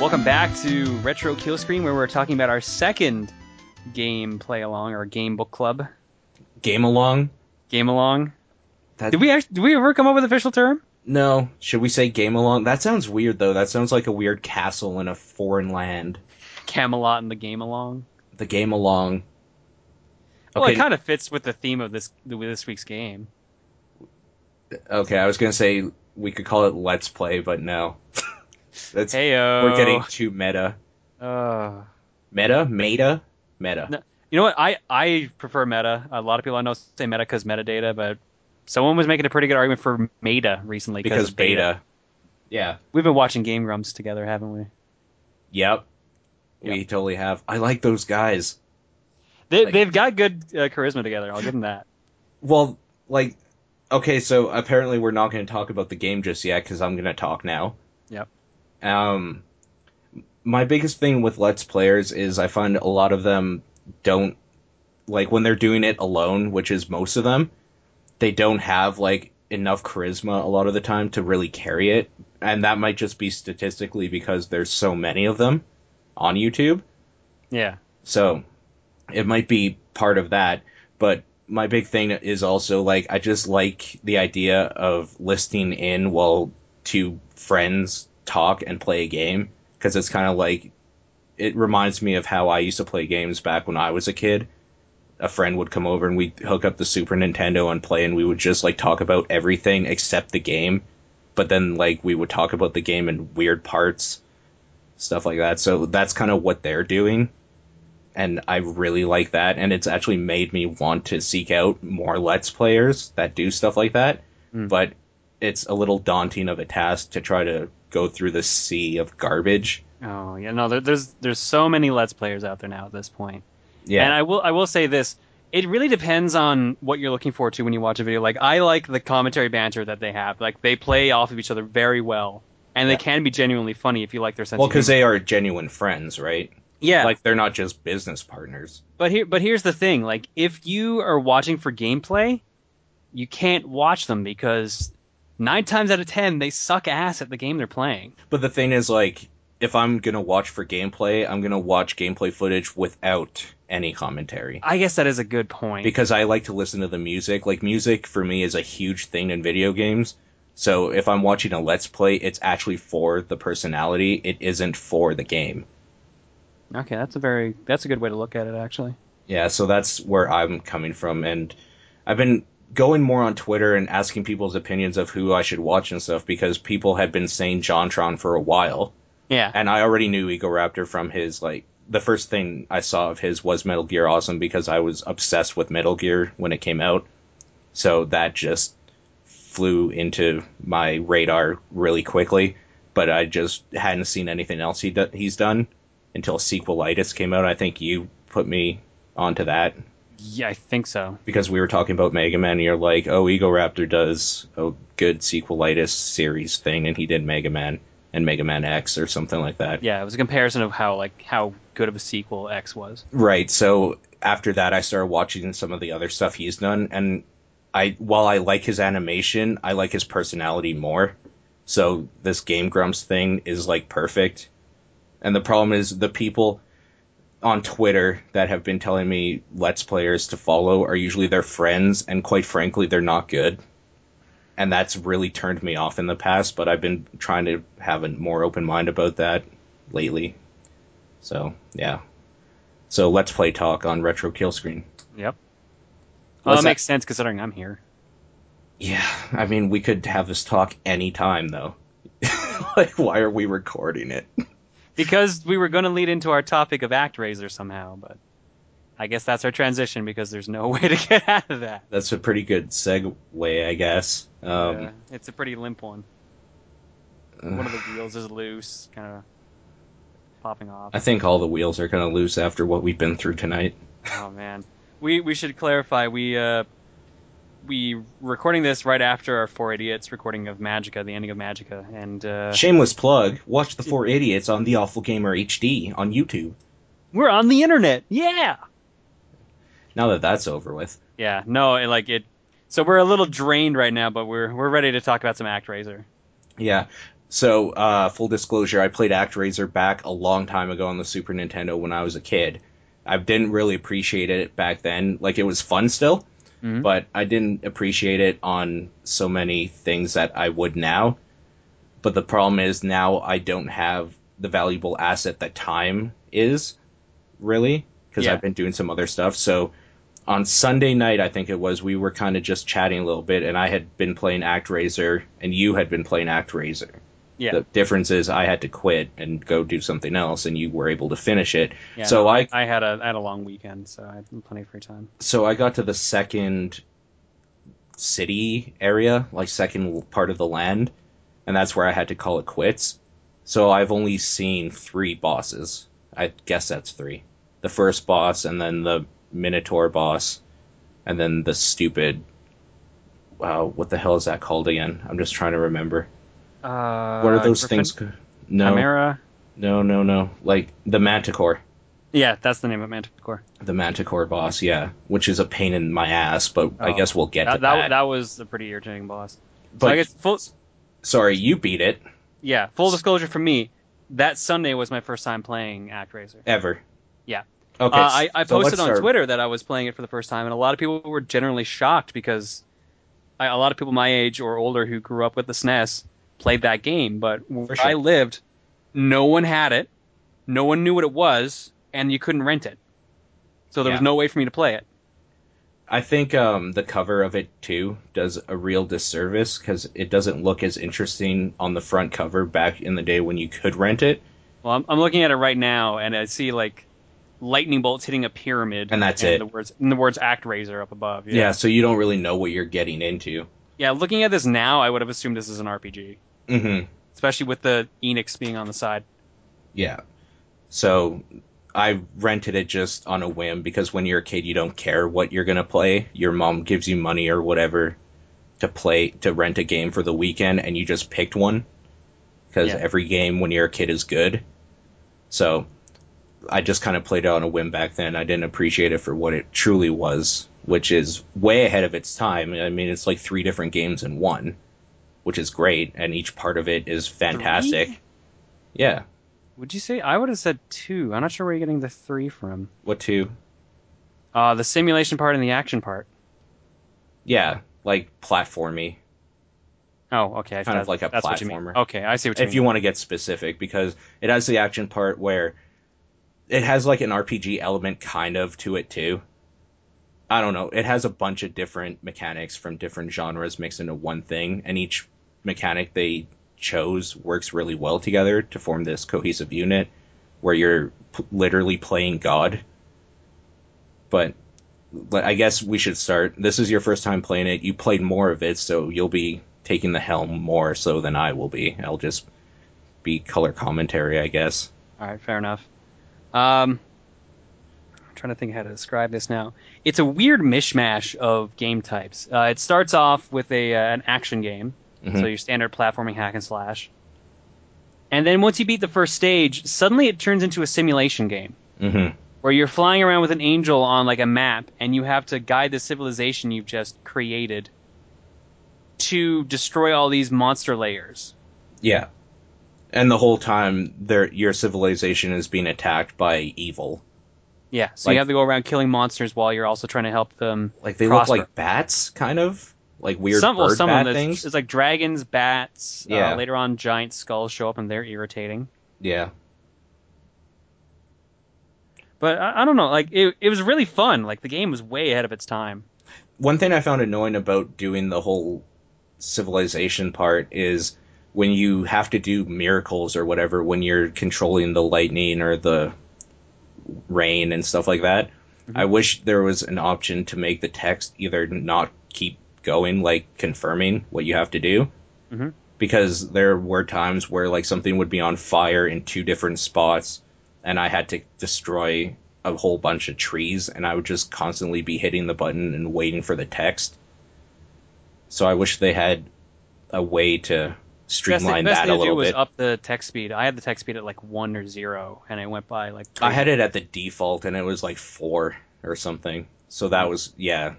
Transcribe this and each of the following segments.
welcome back to Retro Kill Screen, where we're talking about our second game play along or game book club Game along? game along. That- Did we actually, did we ever come up with an official term? No. Should we say game along? That sounds weird though. That sounds like a weird castle in a foreign land. Camelot and the game along. The game along. Well, it kind of fits with the theme of this this week's game. okay, I was gonna say we could call it Let's Play, but no. That's Hey, oh. we're getting too meta. Uh, Meta? Meta? Meta. No. you know what? I I prefer meta. A lot of people I know say meta because metadata, but someone was making a pretty good argument for meta recently because of beta. Yeah. We've been watching Game Grumps together, haven't we? Yep. We totally have. I like those guys. They, Like- they've got good uh, charisma together. I'll give them that. Well, like, okay, so apparently we're not going to talk about the game just yet because I'm going to talk now. Yep. Um, my biggest thing with Let's Players is I find a lot of them don't, like, when they're doing it alone, which is most of them, they don't have, like, enough charisma a lot of the time to really carry it. And that might just be statistically because there's so many of them on YouTube. Yeah. So it might be part of that, but my big thing is also like I just like the idea of listening in while two friends talk and play a game because it's kind of like it reminds me of how I used to play games back when I was a kid. A friend would come over and we'd hook up the Super Nintendo and play, and we would just like talk about everything except the game. But then, like, we would talk about the game in weird parts, stuff like that. So that's kind of what they're doing and I really like that. And it's actually made me want to seek out more Let's Players that do stuff like that. Mm. But it's a little daunting of a task to try to go through the sea of garbage. Oh yeah. No, there, there's there's so many Let's Players out there now at this point. Yeah, And I will I will say this. It really depends on what you're looking for too when you watch a video. Like I like the commentary banter that they have. Like they play off of each other very well, and they can be genuinely funny if you like their sense. well, of because humor. they are genuine friends, right? yeah, Like they're not just business partners. But here, but here's the thing: like, if you are watching for gameplay, you can't watch them because nine times out of ten they suck ass at the game they're playing. But the thing is, like, if I'm gonna watch for gameplay, I'm gonna watch gameplay footage without any commentary. I guess that is a good point. because I like to listen to the music. Like music for me is a huge thing in video games. So if I'm watching a let's play, it's actually for the personality. It isn't for the game. okay, that's a very that's a good way to look at it, actually. Yeah, so that's where I'm coming from and I've been going more on Twitter and asking people's opinions of who I should watch and stuff because people had been saying Jontron for a while Yeah, and I already knew Ego Raptor from his like the first thing I saw of his was Metal Gear Awesome because I was obsessed with Metal Gear when it came out. So that just flew into my radar really quickly, but I just hadn't seen anything else he do- he's done until Sequelitis came out. I think you put me onto that yeah, I think so. because we were talking about Mega Man and you're like, "Oh, Ego Raptor does a good Sequelitis series thing and he did Mega Man and Mega Man X or something like that." Yeah, it was a comparison of how like how good of a sequel X was. Right. So after that, I started watching some of the other stuff he's done, and I while I like his animation, I like his personality more. So this Game Grumps thing is like perfect. And the problem is the people on Twitter that have been telling me Let's Players to follow are usually their friends, and quite frankly, they're not good. And that's really turned me off in the past, but I've been trying to have a more open mind about that lately. So, yeah. So let's play talk on retro kill screen. Yep. Well, that, What's that? makes sense considering I'm here. Yeah, I mean we could have this talk anytime though. like why are we recording it? Because we were going to lead into our topic of ActRaiser somehow, but I guess that's our transition because there's no way to get out of that. That's a pretty good segue, I guess. Um, Yeah, it's a pretty limp one. One of the wheels is loose, kind of popping off. I think all the wheels are gonna loose after what we've been through tonight. Oh man, we we should clarify. We uh, we recording this right after our Four Idiots recording of Magica, the ending of Magica, and uh, Shameless plug: Watch the Four Idiots on the Awful Gamer HD on YouTube. we're on the internet. Yeah. Now that that's over with, Yeah. No, it, like it. So we're a little drained right now, but we're we're ready to talk about some ActRaiser. yeah. So, uh, full disclosure, I played ActRaiser back a long time ago on the Super Nintendo when I was a kid. I didn't really appreciate it back then. Like, it was fun still, Mhm. but I didn't appreciate it on so many things that I would now. But the problem is now I don't have the valuable asset that time is, really, because Yeah. I've been doing some other stuff. So on Sunday night, I think it was, we were kind of just chatting a little bit, and I had been playing ActRaiser, and you had been playing ActRaiser. Yeah. The difference is I had to quit and go do something else, and you were able to finish it. Yeah, so no, I I had a I had a long weekend, so I had plenty of free time. so I got to the second city area, like second part of the land, and that's where I had to call it quits. So I've only seen three bosses. I guess that's three. The first boss, and then the Minotaur boss, and then the stupid. Wow, what the hell is that called again? I'm just trying to remember. Uh, What are those Griffin- things? c- No, Chimera. no, no, no. Like the Manticore. Yeah, that's the name of Manticore. The Manticore boss, yeah, which is a pain in my ass, but I Oh. guess we'll get to That, that. that that was a pretty irritating boss. But so I guess full sorry, you beat it yeah full disclosure from me. That Sunday was my first time playing ActRaiser. ever. Yeah. Okay. uh, I, I so posted let's on start- Twitter that I was playing it for the first time, and a lot of people were generally shocked because I, a lot of people my age or older who grew up with the SNES played that game, but where sure. I lived, no one had it, no one knew what it was, and you couldn't rent it. So there was Yeah. no way for me to play it. I think um, the cover of it too does a real disservice because it doesn't look as interesting on the front cover back in the day when you could rent it, Well, I'm, I'm looking at it right now, and I see like lightning bolts hitting a pyramid, and that's it. The words and the words "Act Razor" up above. yeah. so you don't really know what you're getting into. yeah. Looking at this now, I would have assumed this is an RPG, hmm especially with the Enix being on the side. Yeah. So I rented it just on a whim because when you're a kid, you don't care what you're going to play. Your mom gives you money or whatever to play, to rent a game for the weekend, and you just picked one because Yeah. every game when you're a kid is good. So I just kind of played it on a whim back then. I didn't appreciate it for what it truly was, which is way ahead of its time. I mean, it's like three different games in one, which is great, and each part of it is fantastic. Three? Yeah. Would you say I would have said two? I'm not sure where you're getting the three from. What two? Uh, the simulation part and the action part. Yeah, like platformy. Oh, okay. Kind of like a that's what you mean. platformer. Okay, I see what you If mean. you want to get specific, because it has the action part where it has like an RPG element kind of to it too. I don't know. It has a bunch of different mechanics from different genres mixed into one thing, and each mechanic they chose works really well together to form this cohesive unit where you're p- literally playing God. But but I guess we should start. This is your first time playing it. You played more of it, so you'll be taking the helm more so than I will be. I'll just be color commentary, I guess. All right, fair enough. Um, I'm trying to think how to describe this now. It's a weird mishmash of game types. Uh, it starts off with a uh, an action game, Mhm. so your standard platforming hack and slash. And then once you beat the first stage, suddenly it turns into a simulation game. hmm where you're flying around with an angel on like a map and you have to guide the civilization you've just created to destroy all these monster layers. Yeah. And the whole time, their your civilization is being attacked by evil. Yeah, so Like- you have to go around killing monsters while you're also trying to help them. Like they prosper. look like bats, kind of like weird some, well, bird some bat of them, there's- things. It's like dragons, bats. Yeah. Uh, later on, giant skulls show up and they're irritating. Yeah. But I, I don't know. Like it, it was really fun. Like the game was way ahead of its time. one thing I found annoying about doing the whole civilization part is when you have to do miracles or whatever when you're controlling the lightning or the rain and stuff like that. Mm-hmm. I wish there was an option to make the text either not keep going, like confirming what you have to do, Mhm. because there were times where like something would be on fire in two different spots, and I had to destroy a whole bunch of trees, and I would just constantly be hitting the button and waiting for the text. So I wish they had a way to streamline best thing, best that thing a to do little was bit. up the tech speed. I had the tech speed at like one or zero, and it went by like. I had it at the default, and it was like four or something. So that was yeah.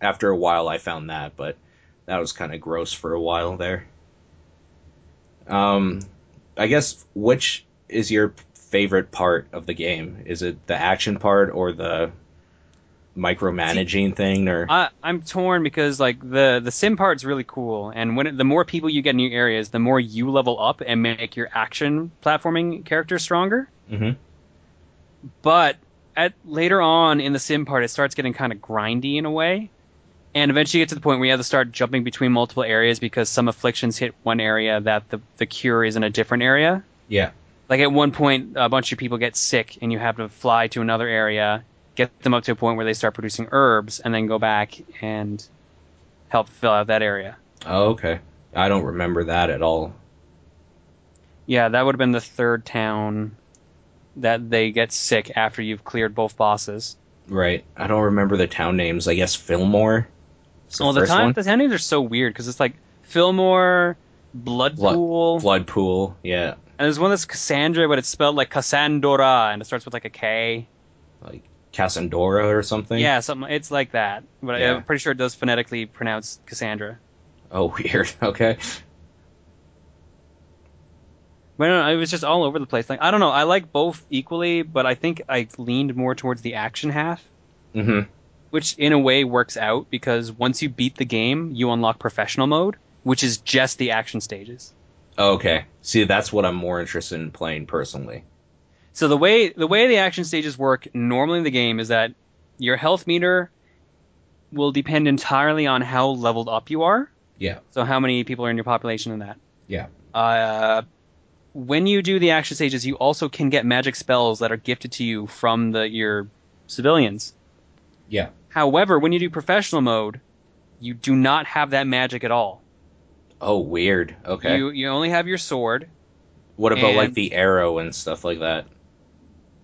After a while, I found that, but that was kind of gross for a while there. Um, I guess which is your favorite part of the game? Is it the action part or the micromanaging thing? Or I, I'm torn because like the the sim part's really cool, and when it, the more people you get in your areas, the more you level up and make your action platforming character stronger. Mhm. But at later on in the sim part, it starts getting kind of grindy in a way, and eventually you get to the point where you have to start jumping between multiple areas because some afflictions hit one area that the the cure is in a different area yeah, like at one point a bunch of people get sick and you have to fly to another area get them up to a point where they start producing herbs and then go back and help fill out that area oh, okay. I don't remember that at all. yeah that would have been the third town that they get sick after you've cleared both bosses Right. I don't remember the town names. I guess Fillmore. is well the first time one. the town names are so weird because it's like fillmore blood Blood- pool Flood Pool. Yeah. and there's one that's cassandra but it's spelled like cassandora and it starts with like a k Like Cassandora or something. yeah something it's like that but Yeah. i'm pretty sure it does phonetically pronounce cassandra Oh, weird. Okay. But no, it was just all over the place. Like I don't know, I like both equally, but I think I leaned more towards the action half, hmm which in a way works out because once you beat the game, you unlock professional mode, which is just the action stages. Okay. See, that's what I'm more interested in playing personally. So the way the way the action stages work normally in the game is that your health meter will depend entirely on how leveled up you are. Yeah. So how many people are in your population and that. Yeah. Uh, when you do the action stages, you also can get magic spells that are gifted to you from the your civilians. Yeah. However, when you do professional mode, you do not have that magic at all. Oh, weird. Okay. You you only have your sword. what about like and- the arrow and stuff like that?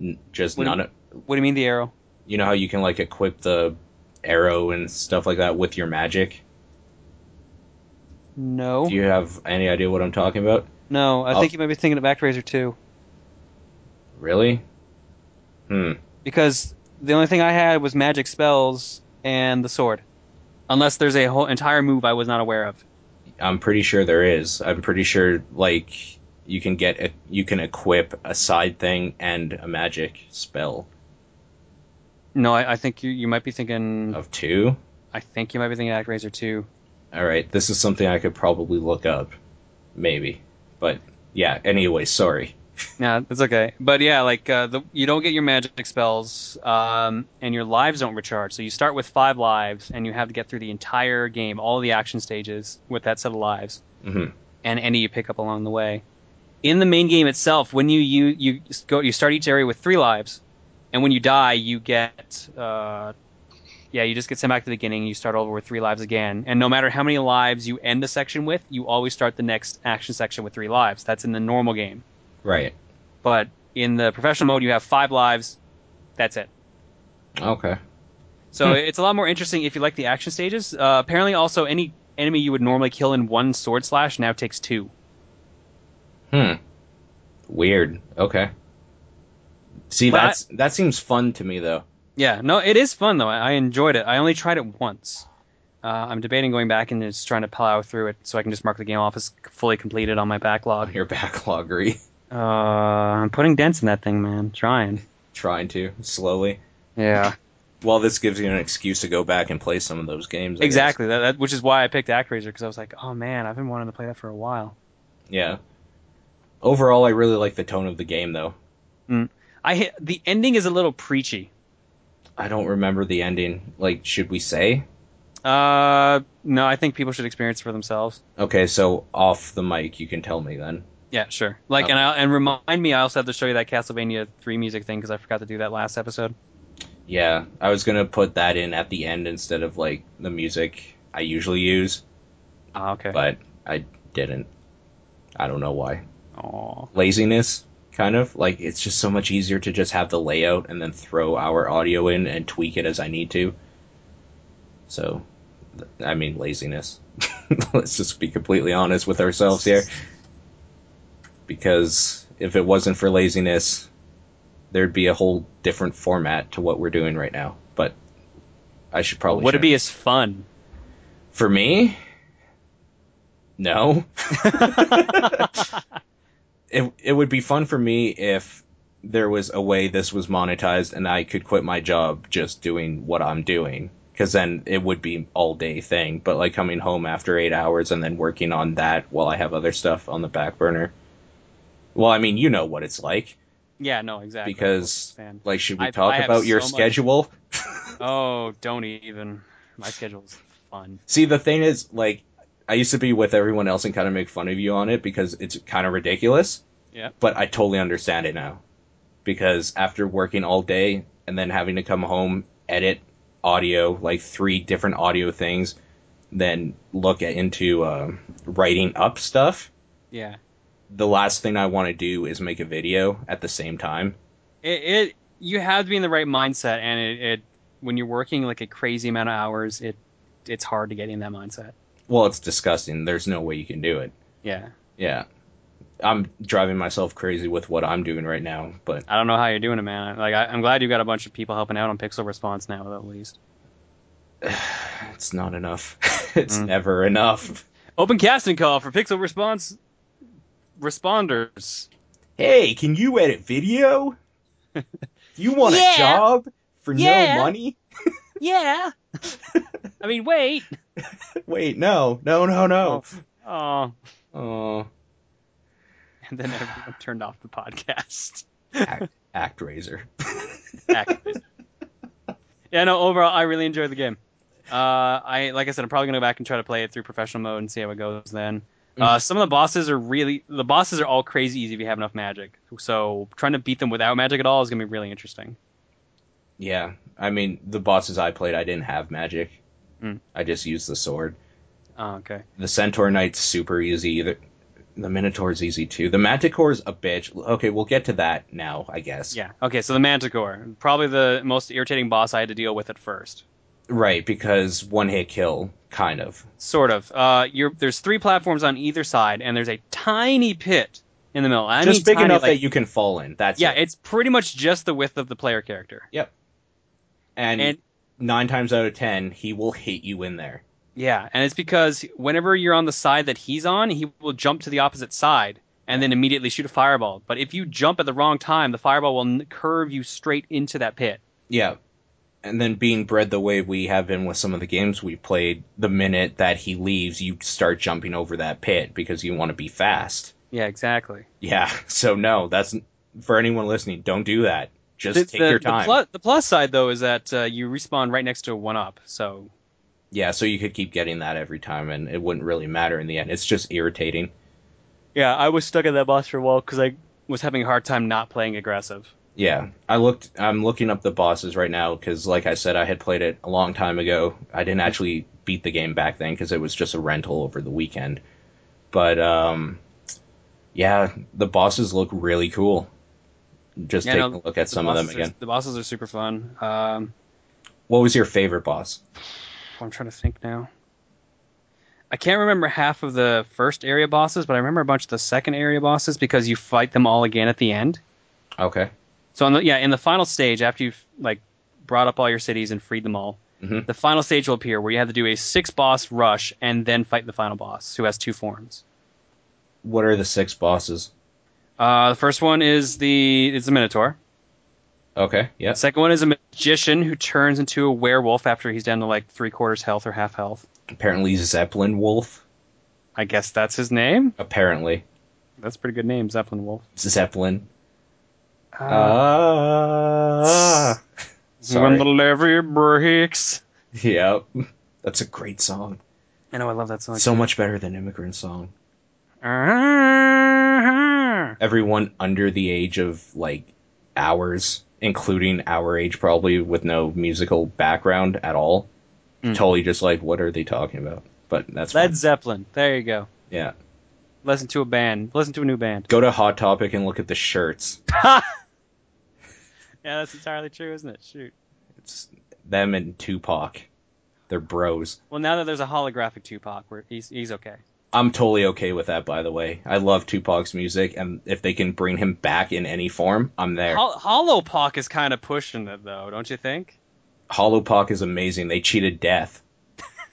N- Just What do you- none of. What do you mean the arrow? You know how you can like equip the arrow and stuff like that with your magic. No, Oh. Do you have any idea what I'm talking about? no. I Oh. think you might be thinking of Actraiser too, Really? Hmm. because the only thing I had was magic spells and the sword. Unless there's a whole entire move I was not aware of. I'm pretty sure there is. I'm pretty sure like you can get a, you can equip a side thing and a magic spell No, I, I think you, you might be thinking. of two. I think you might be thinking Actraiser too. All right, this is something I could probably look up, maybe. But yeah. Anyway, sorry. No, that's okay. But yeah, like uh, the, you don't get your magic spells, um, and your lives don't recharge. So you start with five lives, and you have to get through the entire game, all the action stages, with that set of lives, hmm and any you pick up along the way. In the main game itself, when you you you s- go, you start each area with three lives, and when you die, you get. Uh, yeah, you just get sent back to the beginning. You start over with three lives again, and no matter how many lives you end a section with, you always start the next action section with three lives. That's in the normal game Right. but in the professional mode you have five lives that's it Okay. so Hmm. it's a lot more interesting if you like the action stages uh, apparently also any enemy you would normally kill in one sword slash now takes two Hmm. Weird. Okay. See, But I- that's that seems fun to me though. yeah no it is fun though i, I enjoyed it i only tried it once uh, i'm debating going back and just trying to plow through it so i can just mark the game off as fully completed on my On backlog your backloggery, uh, i'm putting dents in that thing man trying trying to slowly. yeah Well, this gives you an excuse to go back and play some of those games. I guess. exactly that, that, which is why i picked actraiser because i was like oh man i've been wanting to play that for a while Yeah. Overall, I really like the tone of the game though. i hit the ending is a little preachy I don't remember the ending. Like, should we say? Uh, no, I think people should experience it for themselves. Okay, so off the mic, you can tell me then. Yeah, sure. Like, and I, and remind me, I also have to show you that Castlevania three music thing because I forgot to do that last episode. Yeah, I was gonna put that in at the end instead of like the music I usually use, Ah, okay. but I didn't. I don't know why. Aw. laziness kind of like it's just so much easier to just have the layout and then throw our audio in and tweak it as i need to so th- i mean laziness let's just be completely honest with ourselves here because if it wasn't for laziness there'd be a whole different format to what we're doing right now but i should probably Would it shouldn't. be as fun? for me no. it it would be fun for me if there was a way this was monetized and I could quit my job just doing what I'm doing because then it would be all day thing. But like coming home after eight hours and then working on that while I have other stuff on the back burner. Well, I mean, you know what it's like yeah, no, exactly. because Understand. like, should we I- talk I have about your so much- schedule? oh, don't even. My schedule's fun. See, the thing is, like, I used to be with everyone else and kind of make fun of you on it because it's kind of ridiculous. Yeah. But I totally understand it now. Because after working all day and then having to come home, edit audio, like three different audio things, then look at, into um writing up stuff, Yeah, the last thing I want to do is make a video at the same time. it, it. You have to be in the right mindset, and it, it. When you're working like a crazy amount of hours, it. It's hard to get in that mindset. Well, it's disgusting. There's no way you can do it. Yeah, Yeah. I'm driving myself crazy with what I'm doing right now, but I don't know how you're doing it, man. Like, I, I'm glad you got a bunch of people helping out on Pixel Response now, at least. it's not enough. it's Mm. never enough. Open casting call for Pixel Response responders. Hey, can you edit video? you want Yeah. a job for Yeah. no money? Yeah. I mean, wait. Wait, no, no, no, no. Oh, Oh, and then everyone turned off the podcast. act, act raiser. Activision. yeah, no. Overall, I really enjoyed the game. Uh, I like I said, I'm probably gonna go back and try to play it through professional mode and see how it goes. Then, uh, some of the bosses are really the bosses are all crazy easy if you have enough magic. So trying to beat them without magic at all is gonna be really interesting. Yeah, I mean the bosses I played, I didn't have magic. Mm. I just used the sword. Oh, okay. The Centaur Knight's super easy. Either. The Minotaur's easy too. The Manticore's a bitch. Okay, we'll get to that now, I guess. Yeah. Okay. So the Manticore, probably the most irritating boss I had to deal with at first. Right, because one hit kill, kind of. Sort of. Uh, you're, there's three platforms on either side, and there's a tiny pit in the middle. I just mean, big tiny, enough like- that you can fall in. That's Yeah, it. it's pretty much just the width of the player character. And, and- nine times out of ten, he will hit you in there. Yeah, and it's because whenever you're on the side that he's on, he will jump to the opposite side and then immediately shoot a fireball. But if you jump at the wrong time, the fireball will n- curve you straight into that pit. Yeah. And then being bred the way we have been with some of the games we played, the minute that he leaves, you start jumping over that pit because you want to be fast. Yeah, exactly. Yeah. So no, that's for anyone listening. Don't do that. Just take your time. The, plus, the plus side though is that uh, you respawn right next to a one up. So yeah. So you could keep getting that every time, and it wouldn't really matter in the end. It's just irritating. yeah, I was stuck at that boss for a while because I was having a hard time not playing aggressive. Yeah, I looked. I'm looking up the bosses right now because, like I said, I had played it a long time ago. I didn't actually beat the game back then because it was just a rental over the weekend. But um, yeah, the bosses look really cool. Just Yeah, taking no, a look at The some of them bosses are- again. the bosses are super fun. Um, What was your favorite boss? I'm trying to think now. I can't remember half of the first area bosses, but I remember a bunch of the second area bosses because you fight them all again at the end. Okay, So on the, yeah, in the final stage, after you've like brought up all your cities and freed them all, Mhm. the final stage will appear where you have to do a six boss rush and then fight the final boss who has two forms. what are the six bosses? Uh, the first one is the it's a minotaur. Okay, yeah, The second one is a magician who turns into a werewolf after he's down to like three quarters health or half health. apparently Zeppelin Wolf. I guess that's his name. Apparently That's a pretty good name, Zeppelin Wolf. Zeppelin. Ah. Uh, Ah, sorry. When the levee breaks. Yep, that's a great song. I know I love that song. So much better than Immigrant Song. Uh-huh. everyone under the age of like hours, including our age probably with no musical background at all. Mm. Totally just like what are they talking about? But that's Led fine. Zeppelin. There you go. yeah. Listen to a band. Listen to a new band. Go to Hot Topic and look at the shirts. yeah, that's entirely true, isn't it? Shoot. It's them and Tupac. They're bros. Well, now that there's a holographic Tupac, we're, he's he's okay. I'm totally okay with that by the way. I love Tupac's music and if they can bring him back in any form, I'm there. Hol- Hollow Pock is kind of pushing it though, don't you think? Hollow Pac is amazing. They cheated death.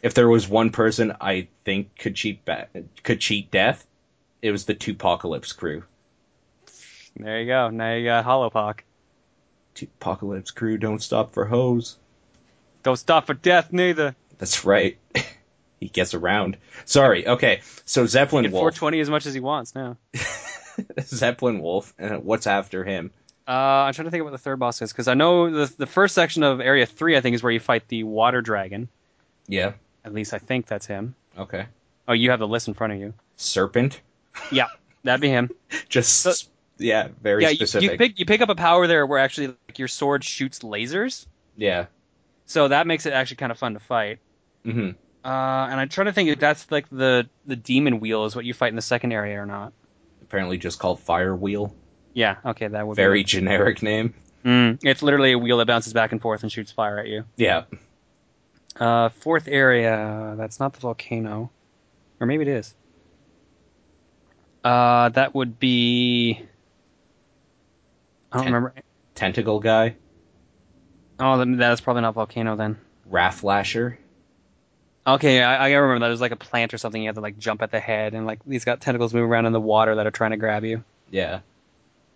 if there was one person I think could cheat ba- could cheat death, it was the Tupacalypse crew. There you go. Now you got Holopock. Tupacalypse crew don't stop for hoes. Don't stop for death neither. That's right. he gets around. Sorry. Okay. So Zeppelin Get Wolf. 420 as much as he wants now. Zeppelin Wolf. Uh, what's after him? Uh, I'm trying to think of what the third boss is because I know the the first section of Area Three I think is where you fight the Water Dragon. Yeah. At least I think that's him. Okay. Oh, you have the list in front of you. Serpent. Yeah, that'd be him. Just So- yeah, very yeah, you, specific. you pick you pick up a power there where actually like, your sword shoots lasers, yeah. so that makes it actually kind of fun to fight. hmm Uh, and I'm trying to think if that's like the the demon wheel is what you fight in the second area or not. Apparently, just called Fire Wheel. Yeah, okay, that would Very Be, generic name. Mm, it's literally a wheel that bounces back and forth and shoots fire at you. Yeah. Uh, fourth area. That's not the volcano, or maybe it is. Uh, that would be. I don't Ten- remember. Tentacle guy. Oh, then that is probably not volcano then. Rafflasher. Okay, I, I gotta remember that. There's like a plant or something. You have to like jump at the head, and like these got tentacles moving around in the water that are trying to grab you. Yeah.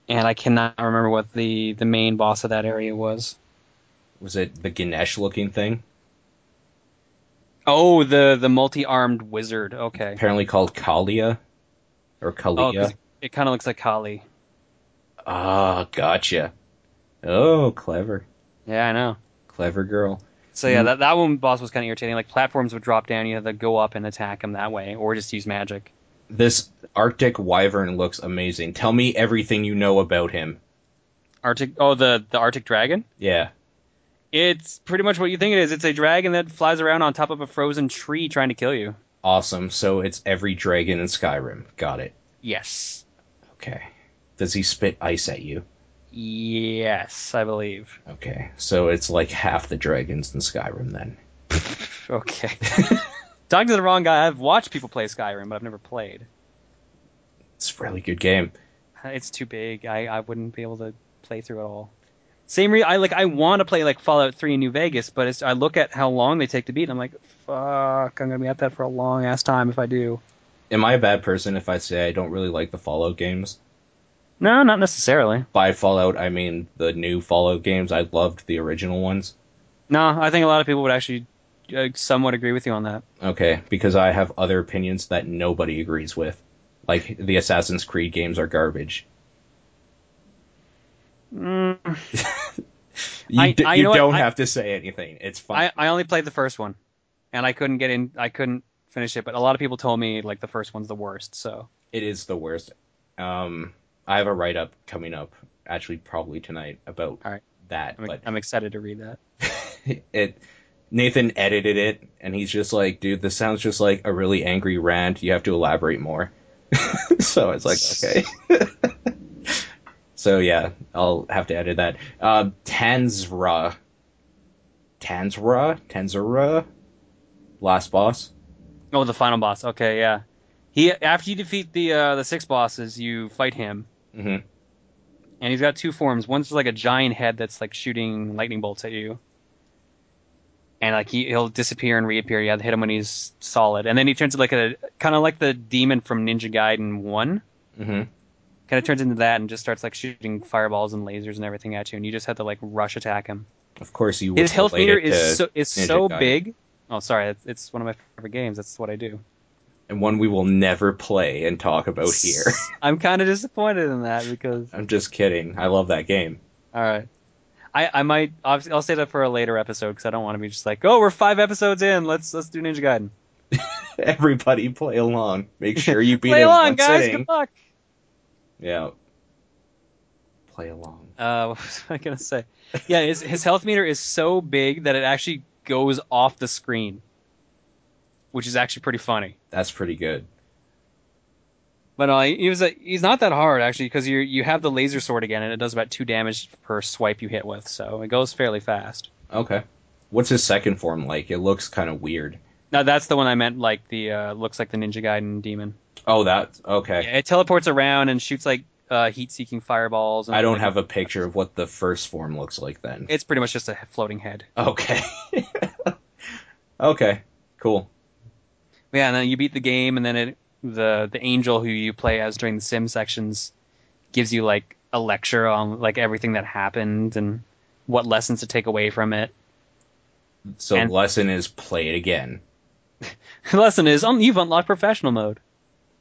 And I cannot remember what the the main boss of that area was. Was it the Ganesh looking thing? Oh, the the multi armed wizard. Okay. Apparently called Kalia. Or Oh, Kalia. 'cause it kind of looks like Kali. Ah, gotcha. Oh, clever. Yeah, I know. Clever girl. So yeah, Mm. that that one boss was kind of irritating. Like platforms would drop down, you had to go up and attack him that way, or just use magic. This Arctic wyvern looks amazing. Tell me everything you know about him. Arctic, oh the the Arctic dragon. Yeah. It's pretty much what you think it is. It's a dragon that flies around on top of a frozen tree trying to kill you. Awesome. So it's every dragon in Skyrim. Got it. Yes, Okay. Does he spit ice at you? yes, I believe. Okay. So it's like half the dragons in Skyrim then. Okay, talking to the wrong guy. I've watched people play Skyrim, but I've never played. It's a really good game. It's too big. I I wouldn't be able to play through it all. Same re I like I want to play like Fallout 3 in New Vegas, but it's, I look at how long they take to beat and I'm like, fuck, I'm going to be at that for a long ass time if I do. Am I a bad person if I say I don't really like the Fallout games? No, not necessarily. By Fallout, I mean the new Fallout games. I loved the original ones. No, I think a lot of people would actually uh, somewhat agree with you on that. Okay, because I have other opinions that nobody agrees with. Like the Assassin's Creed games are garbage. Mm, You, I- d- I you know what, don't I- have to say anything. It's fine. I, I only played the first one, and I couldn't get in. I couldn't finish it. But a lot of people told me like the first one's the worst. So it is the worst. Um, I have a write up coming up, actually probably tonight about All right. that. I'm, But I'm excited to read that. it Nathan edited it, and he's just like, dude, this sounds just like a really angry rant. You have to elaborate more. so it's like, okay. so yeah, I'll have to edit that. Um, Tanzra, Tanzra, Tanzra, last boss. Oh, the final boss. Okay, yeah. He after you defeat the uh, the six bosses, you fight him, hmm and he's got two forms. One's like a giant head that's like shooting lightning bolts at you. And like he, he'll disappear and reappear. You have to hit him when he's solid, and then he turns into like a kind of like the demon from Ninja Gaiden One. hmm Kind of turns into that and just starts like shooting fireballs and lasers and everything at you, and you just have to like rush attack him. Of course, you. His would health relate meter it is to- so is Ninja so Gaiden. big. Oh, sorry, it's, it's one of my favorite games. That's what I do. and one we will never play and talk about Oh, here. I'm kind of disappointed in that because I'm just kidding. I love that game. All right. I, I might obviously I'll say that for a later episode because I don't want to be just like oh we're five episodes in let's let's do Ninja Gaiden. Everybody play along. Make sure you beat Play it in along, one guys. sitting. Good luck. Yeah. Play along. Uh, what was I gonna say? Yeah, his his health meter is so big that it actually goes off the screen, which is actually pretty funny. That's pretty good. But uh, he was a, he's not that hard actually because you you have the laser sword again and it does about two damage per swipe you hit with, so it goes fairly fast. Okay. What's his second form like? It looks kind of weird. Now that's the one I meant like the uh, looks like the Ninja Gaiden demon. Oh, that. Okay. Yeah, it teleports around and shoots like uh, heat-seeking fireballs. And I don't like, have a picture of what the first form looks like then. It's pretty much just a floating head. Okay. okay. Cool. Yeah, and then you beat the game, and then it, the the angel who you play as during the sim sections gives you like a lecture on like everything that happened and what lessons to take away from it. So And- lesson is play it again. Lesson is, um, you've unlocked professional mode.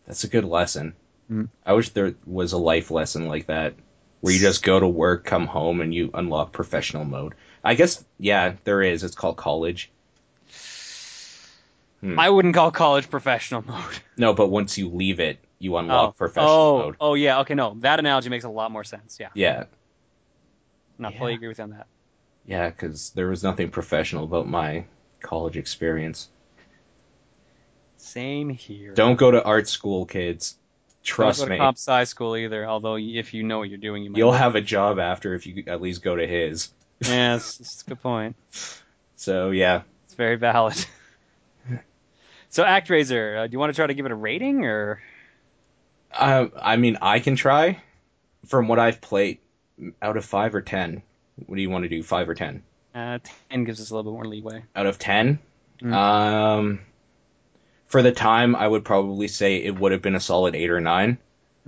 That's a good lesson. Mm. I wish there was a life lesson like that where you just go to work, come home, and you unlock professional mode. I guess yeah, there is. It's called college. Hmm. I wouldn't call college professional mode. No, but once you leave it, you unlock oh. professional oh, mode. oh yeah, okay, no, that analogy makes a lot more sense. Yeah, Yeah, not Yeah. fully agree with you on that. yeah, because there was nothing professional about my college experience. Same here. Don't go to art school, kids. Trust Don't go me, to comp sci school either. Although if you know what you're doing, you might. you'll have a job after if you at least go to his. yeah, it's, it's a good point. So yeah, It's very valid. so ActRaiser, uh, do you want to try to give it a rating or? I, I mean, I can try. From what I've played, out of five or ten, what do you want to do? Five or ten? Uh, ten gives us a little bit more leeway. Out of ten, Mm. um, for the time, I would probably say it would have been a solid eight or nine.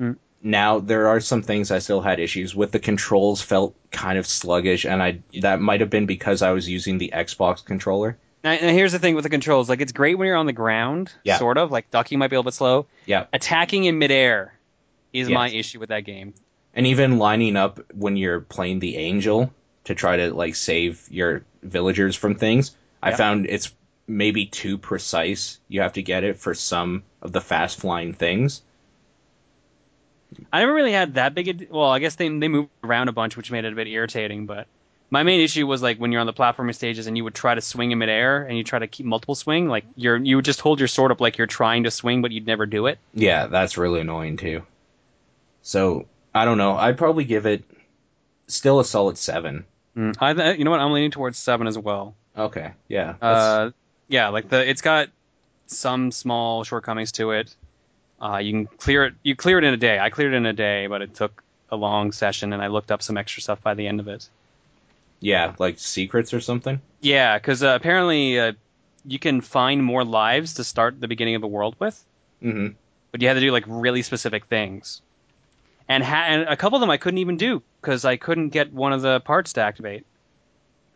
Mm. Now there are some things I still had issues with. The controls felt kind of sluggish, and I that might have been because I was using the Xbox controller. Now, now here's the thing with the controls. Like it's great when you're on the ground, Yeah. sort of. Like ducking might be a little bit slow. Yeah, Attacking in midair is Yes. my issue with that game. and even lining up when you're playing the angel to try to like save your villagers from things i Yep. found it's maybe too precise you have to get it for some of the fast flying things I never really had that big a d- well, I guess they they moved around a bunch, which made it a bit irritating. But my main issue was like when you're on the platforming stages and you would try to swing in midair and you try to keep multiple swing, like you're you would just hold your sword up like you're trying to swing, but you'd never do it. yeah that's really annoying too so i don't know i'd probably give it still a solid seven I th- you know what? I'm leaning towards seven as well. okay yeah that's- Uh, yeah, like the it's got some small shortcomings to it. Uh, you can clear it. You clear it in a day. I cleared it in a day, but it took a long session, and I looked up some extra stuff by the end of it. yeah like secrets or something Yeah, because uh, apparently uh, you can find more lives to start the beginning of the world with, mm-hmm. hmm but you had to do like really specific things, and, ha- and a couple of them I couldn't even do because I couldn't get one of the parts to activate.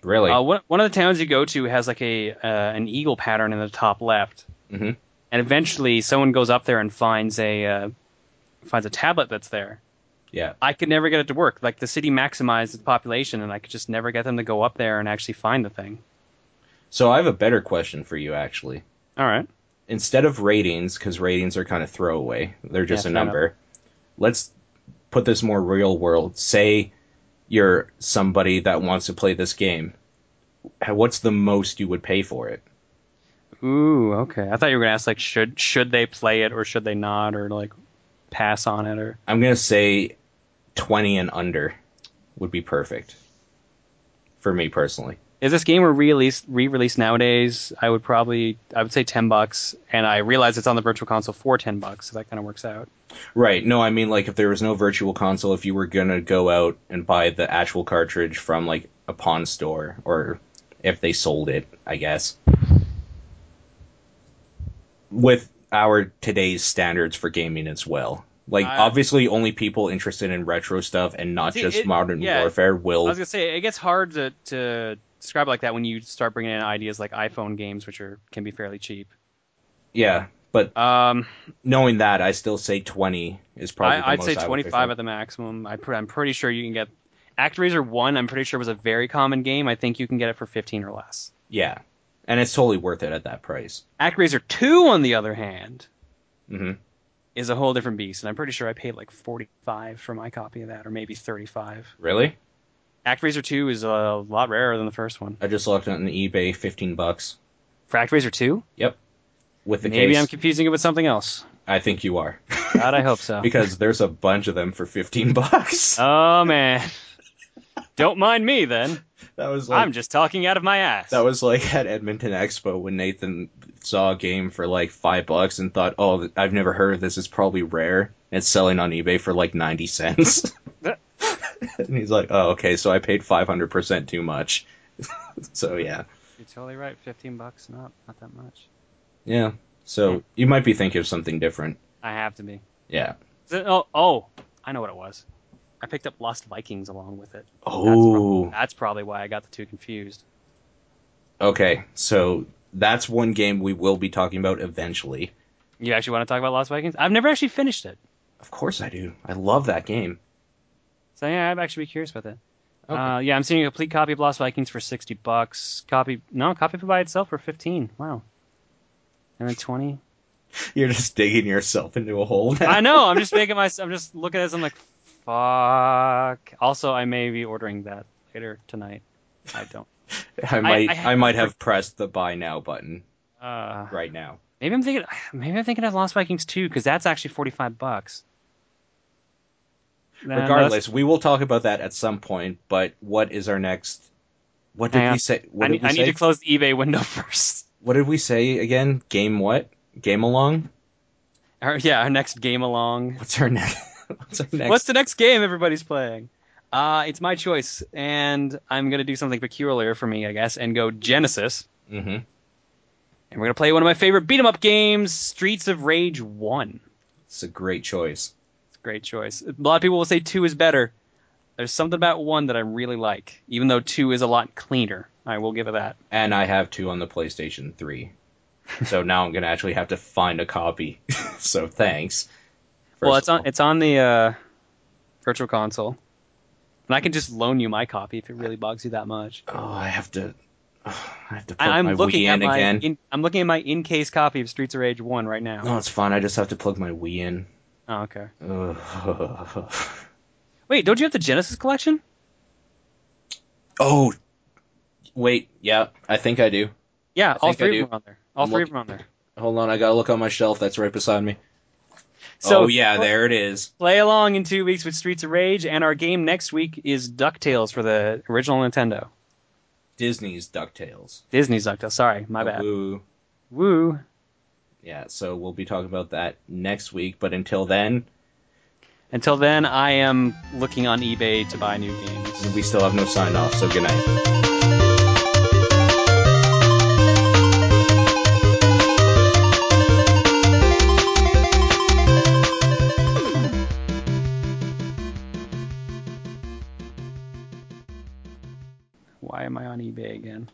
really Uh, one, one of the towns you go to has like a uh, an eagle pattern in the top left, Mhm. and eventually someone goes up there and finds a uh, finds a tablet that's there. yeah I could never get it to work. Like the city maximized its population, and I could just never get them to go up there and actually find the thing. so i have a better question for you actually All right. instead of ratings, because ratings are kind of throwaway, they're just Yeah, a fair number. Let's put this more real world. Say you're somebody that wants to play this game. H- What's the most you would pay for it? Ooh, okay. I thought you were gonna ask like should should they play it or should they not or like pass on it or I'm gonna say twenty and under would be perfect for me personally. if this game were released re-released nowadays, I would probably I would say ten bucks, and I realize it's on the virtual console for ten bucks, so that kind of works out. Right? No, I mean like if there was no virtual console, if you were gonna go out and buy the actual cartridge from like a pawn store or if they sold it, I guess. With our today's standards for gaming as well. Like I- obviously only people interested in retro stuff and not See, just it- modern yeah. warfare I will was gonna say it gets hard to to describe it like that when you start bringing in ideas like iPhone games, which are can be fairly cheap. Yeah. But Um, knowing that I still say twenty is probably the I, I'd most say I would pay twenty five for. at the maximum. I pr- I'm pretty sure you can get ActRaiser One. I'm pretty sure was a very common game. I think you can get it for fifteen or less. Yeah. And it's totally worth it at that price. ActRaiser 2, on the other hand, hmm is a whole different beast, and I'm pretty sure I paid like 45 for my copy of that, or maybe 35. Really? ActRaiser 2 is a lot rarer than the first one. I just looked on eBay, fifteen bucks. For ActRaiser 2, Yep. With the maybe case, I'm confusing it with something else. I think you are. God, I hope so. because there's a bunch of them for 15 bucks. Oh man, don't mind me then. that was like I'm just talking out of my ass. that was like at Edmonton Expo when Nathan saw a game for like 5 bucks and thought, "Oh, I've never heard of this. It's probably rare." And it's selling on eBay for like 90 cents. and he's like, "Oh, okay, so I paid 500% too much." so yeah. You're totally right. 15 bucks, not not that much. Yeah. So you might be thinking of something different. I have to be. Yeah. Is it- Oh, oh, I know what it was. I picked up Lost Vikings along with it. Oh. That's probably why I got the two confused. Okay. So that's one game we will be talking about eventually. You actually want to talk about Lost Vikings? I've never actually finished it, Of course I do. I love that game. so yeah, I'd actually be curious about that. Okay. Uh, yeah, I'm seeing a complete copy of Lost Vikings for sixty bucks. Copy, no, copy by itself for fifteen. Wow. And then twenty. You're just digging yourself into a hole. Now. I know. I'm just making my. I'm just looking at this. I'm like, fuck. Also, I may be ordering that later tonight. I don't. I might. I, I- might have pressed the buy now button Uh, right now. Maybe I'm thinking. Maybe I'm thinking of Lost Vikings too, because that's actually forty-five bucks. Then Regardless, we will talk about that at some point. But what is our next? What did Hang we on. say? that's- What I, did need, we I say? need to close the eBay window first. what did we say again? Game what? Game along? Our- yeah, our next game along. What's our next? What's our next? What's the next game everybody's playing? Uh, it's my choice, and I'm gonna do something peculiar for me, I guess, and go Genesis. hmm And we're gonna play one of my favorite beat 'em up games, Streets of Rage One. It's a great choice. Great choice. A lot of people will say two is better. There's something about one that I really like, even though two is a lot cleaner. I will give it that. And I have two on the PlayStation 3. so now I'm gonna actually have to find a copy. so thanks. well, First it's of on all. it's on the uh, virtual console, and I can just loan you my copy if it really bugs you that much. Oh, I have to. I have to plug I, I'm Oh, my looking Wii at in my again. Oh. in, I'm looking at my in case copy of Streets of Rage One right now. No, it's fine. I just have to plug my Wii in. Oh, okay. Ugh. Wait, don't you have the Genesis collection? Oh, wait. Yeah, I think I do. Yeah, all think I three do. of them are on there. All I'm three looking- of them are on there. Hold on, I gotta look on my shelf. That's right beside me. So oh yeah, pl- there it is. Play along in two weeks with Streets of Rage, and our game next week is Ducktales for the original Nintendo. Disney's Ducktales. Disney's Ducktales. Sorry, my bad. Woo. Woo. Yeah, so we'll be talking about that next week. But until then, Until then, I am looking on eBay to buy new games. we still have no sign off. So good night. Why am I on eBay again?